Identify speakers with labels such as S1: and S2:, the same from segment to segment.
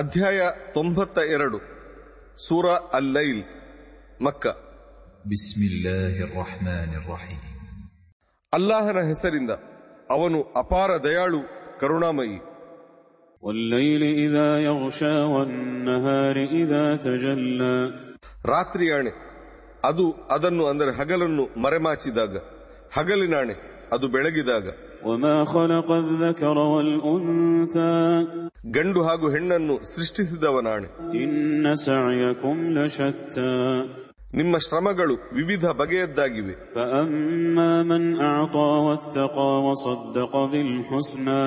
S1: ಅಧ್ಯಾಯ ತೊಂಬತ್ತ ಎರಡು ಸೂರ ಅಲ್ ಲೈಲ್ ಮಕ್ಕ
S2: بسم الله الرحمن الرحيم
S1: ಅಲ್ಲಾಹನ ಹೆಸರಿಂದ ಅವನು ಅಪಾರ ದಯಾಳು ಕರುಣಾಮಯಿ
S3: والليل إذا يغشى والنهار إذا تجلى
S1: ರಾತ್ರಿಯ ಅಣೆ ಅದು ಅದನ್ನು ಅಂದರೆ ಹಗಲನ್ನು ಮರೆಮಾಚಿದಾಗ ಹಗಲಿನ ಅಣೆ ಅದು ಬೆಳಗಿದಾಗ
S3: وما خلق الذكر والأنثى
S1: ಗಂಡು ಹಾಗೂ ಹೆಣ್ಣನ್ನು ಸೃಷ್ಟಿಸಿದವನ ಅಣೆ
S3: إن سعيكم لشتى
S1: ನಿಮ್ಮ ಶ್ರಮಗಳು ವಿವಿಧ ಬಗೆಯದ್ದಾಗಿವೆ
S3: فأما من أعطى واتقى وصدق بالحسنى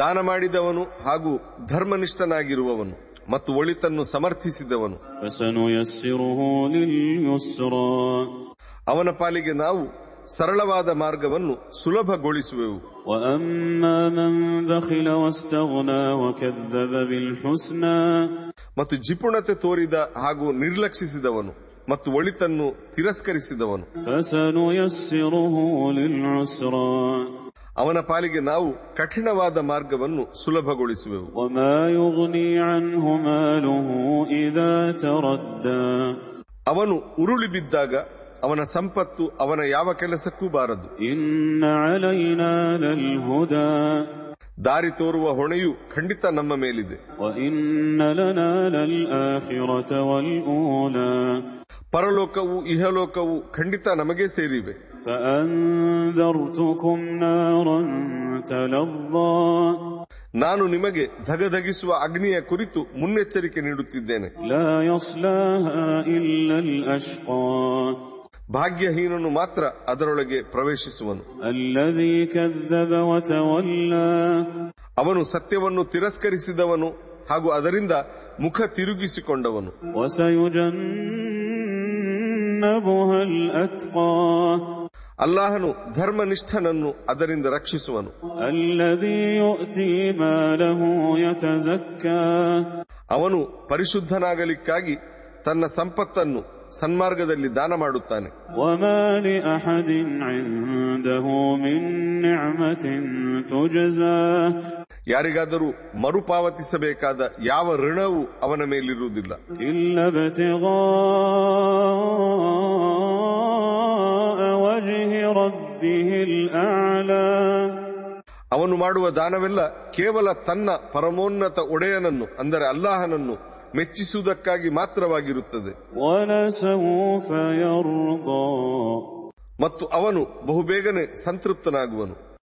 S1: ದಾನ ಮಾಡಿದವನು ಹಾಗೂ ಧರ್ಮನಿಷ್ಠನಾಗಿರುವವನು ಮತ್ತು ಒಳಿತನ್ನು ಸಮರ್ಥಿಸಿದವನು
S3: فسنيسره لليسرى
S1: ಅವನ ಪಾಲಿಗೆ ನಾವು ಸರಳವಾದ ಮಾರ್ಗವನ್ನು ಸುಲಭಗೊಳಿಸುವೆವು
S3: وأما من بخل واستغنى وكذب بالحسنى
S1: ಮತ್ತು ಜಿಪುಣತೆ ತೋರಿದ ಹಾಗೂ ನಿರ್ಲಕ್ಷಿಸಿದವನು ಮತ್ತು ಒಳಿತನ್ನು ತಿರಸ್ಕರಿಸಿದವನು
S3: فسنيسره للعسرى
S1: ಅವನ ಪಾಲಿಗೆ ನಾವು ಕಠಿಣವಾದ ಮಾರ್ಗವನ್ನು ಸುಲಭಗೊಳಿಸುವೆವು
S3: وما يغني عنه ماله إذا تردى
S1: ಅವನು ಉರುಳಿ ಬಿದ್ದಾಗ ಅವನ ಸಂಪತ್ತು ಅವನ ಯಾವ ಕೆಲಸಕ್ಕೂ ಬಾರದು
S3: إن علينا للهدى
S1: ದಾರಿ ತೋರುವ ಹೊಣೆಯು ಖಂಡಿತ ನಮ್ಮ ಮೇಲಿದೆ
S3: وإن لنا للآخرة والأولى
S1: ಪರಲೋಕವು ಇಹಲೋಕವು ಖಂಡಿತ ನಮಗೇ ಸೇರಿವೆ
S3: فأنذرتكم نارا تلظى
S1: ನಾನು ನಿಮಗೆ ಧಗಧಗಿಸುವ ಅಗ್ನಿಯ ಕುರಿತು ಮುನ್ನೆಚ್ಚರಿಕೆ ನೀಡುತ್ತಿದ್ದೇನೆ
S3: لا يصلاها إلا الأشقى
S1: ಭಾಗ್ಯಹೀನನು ಮಾತ್ರ ಅದರೊಳಗೆ ಪ್ರವೇಶಿಸುವನು
S3: الذي كذب وتولى
S1: ಅವನು ಸತ್ಯವನ್ನು ತಿರಸ್ಕರಿಸಿದವನು ಹಾಗೂ ಅದರಿಂದ ಮುಖ ತಿರುಗಿಸಿಕೊಂಡವನು
S3: وسيجنبها الأتقى
S1: ಅಲ್ಲಾಹನು ಧರ್ಮನಿಷ್ಠನನ್ನು ಅದರಿಂದ ರಕ್ಷಿಸುವನು
S3: الذي يؤتي ماله يتزكى
S1: ಅವನು ಪರಿಶುದ್ಧನಾಗಲಿಕ್ಕಾಗಿ ತನ್ನ ಸಂಪತ್ತನ್ನು ಸನ್ಮಾರ್ಗದಲ್ಲಿ ದಾನ ಮಾಡುತ್ತಾನೆ
S3: وما لأحد عنده من نعمة تجزى
S1: ಯಾರಿಗಾದರೂ ಮರುಪಾವತಿಸಬೇಕಾದ ಯಾವ ಋಣವೂ ಅವನ ಮೇಲಿರುವುದಿಲ್ಲ
S3: إلا ابتغاء وجه ربه الأعلى
S1: ಅವನು ಮಾಡುವ ದಾನವೆಲ್ಲ ಕೇವಲ ತನ್ನ ಪರಮೋನ್ನತ ಒಡೆಯನನ್ನು ಅಂದರೆ ಅಲ್ಲಾಹನನ್ನು ಮೆಚ್ಚಿಸುವುದಕ್ಕಾಗಿ ಮಾತ್ರವಾಗಿರುತ್ತದೆ
S3: ولسوف يرضى
S1: ಮತ್ತು ಅವನು ಬಹುಬೇಗನೆ ಸಂತೃಪ್ತನಾಗುವನು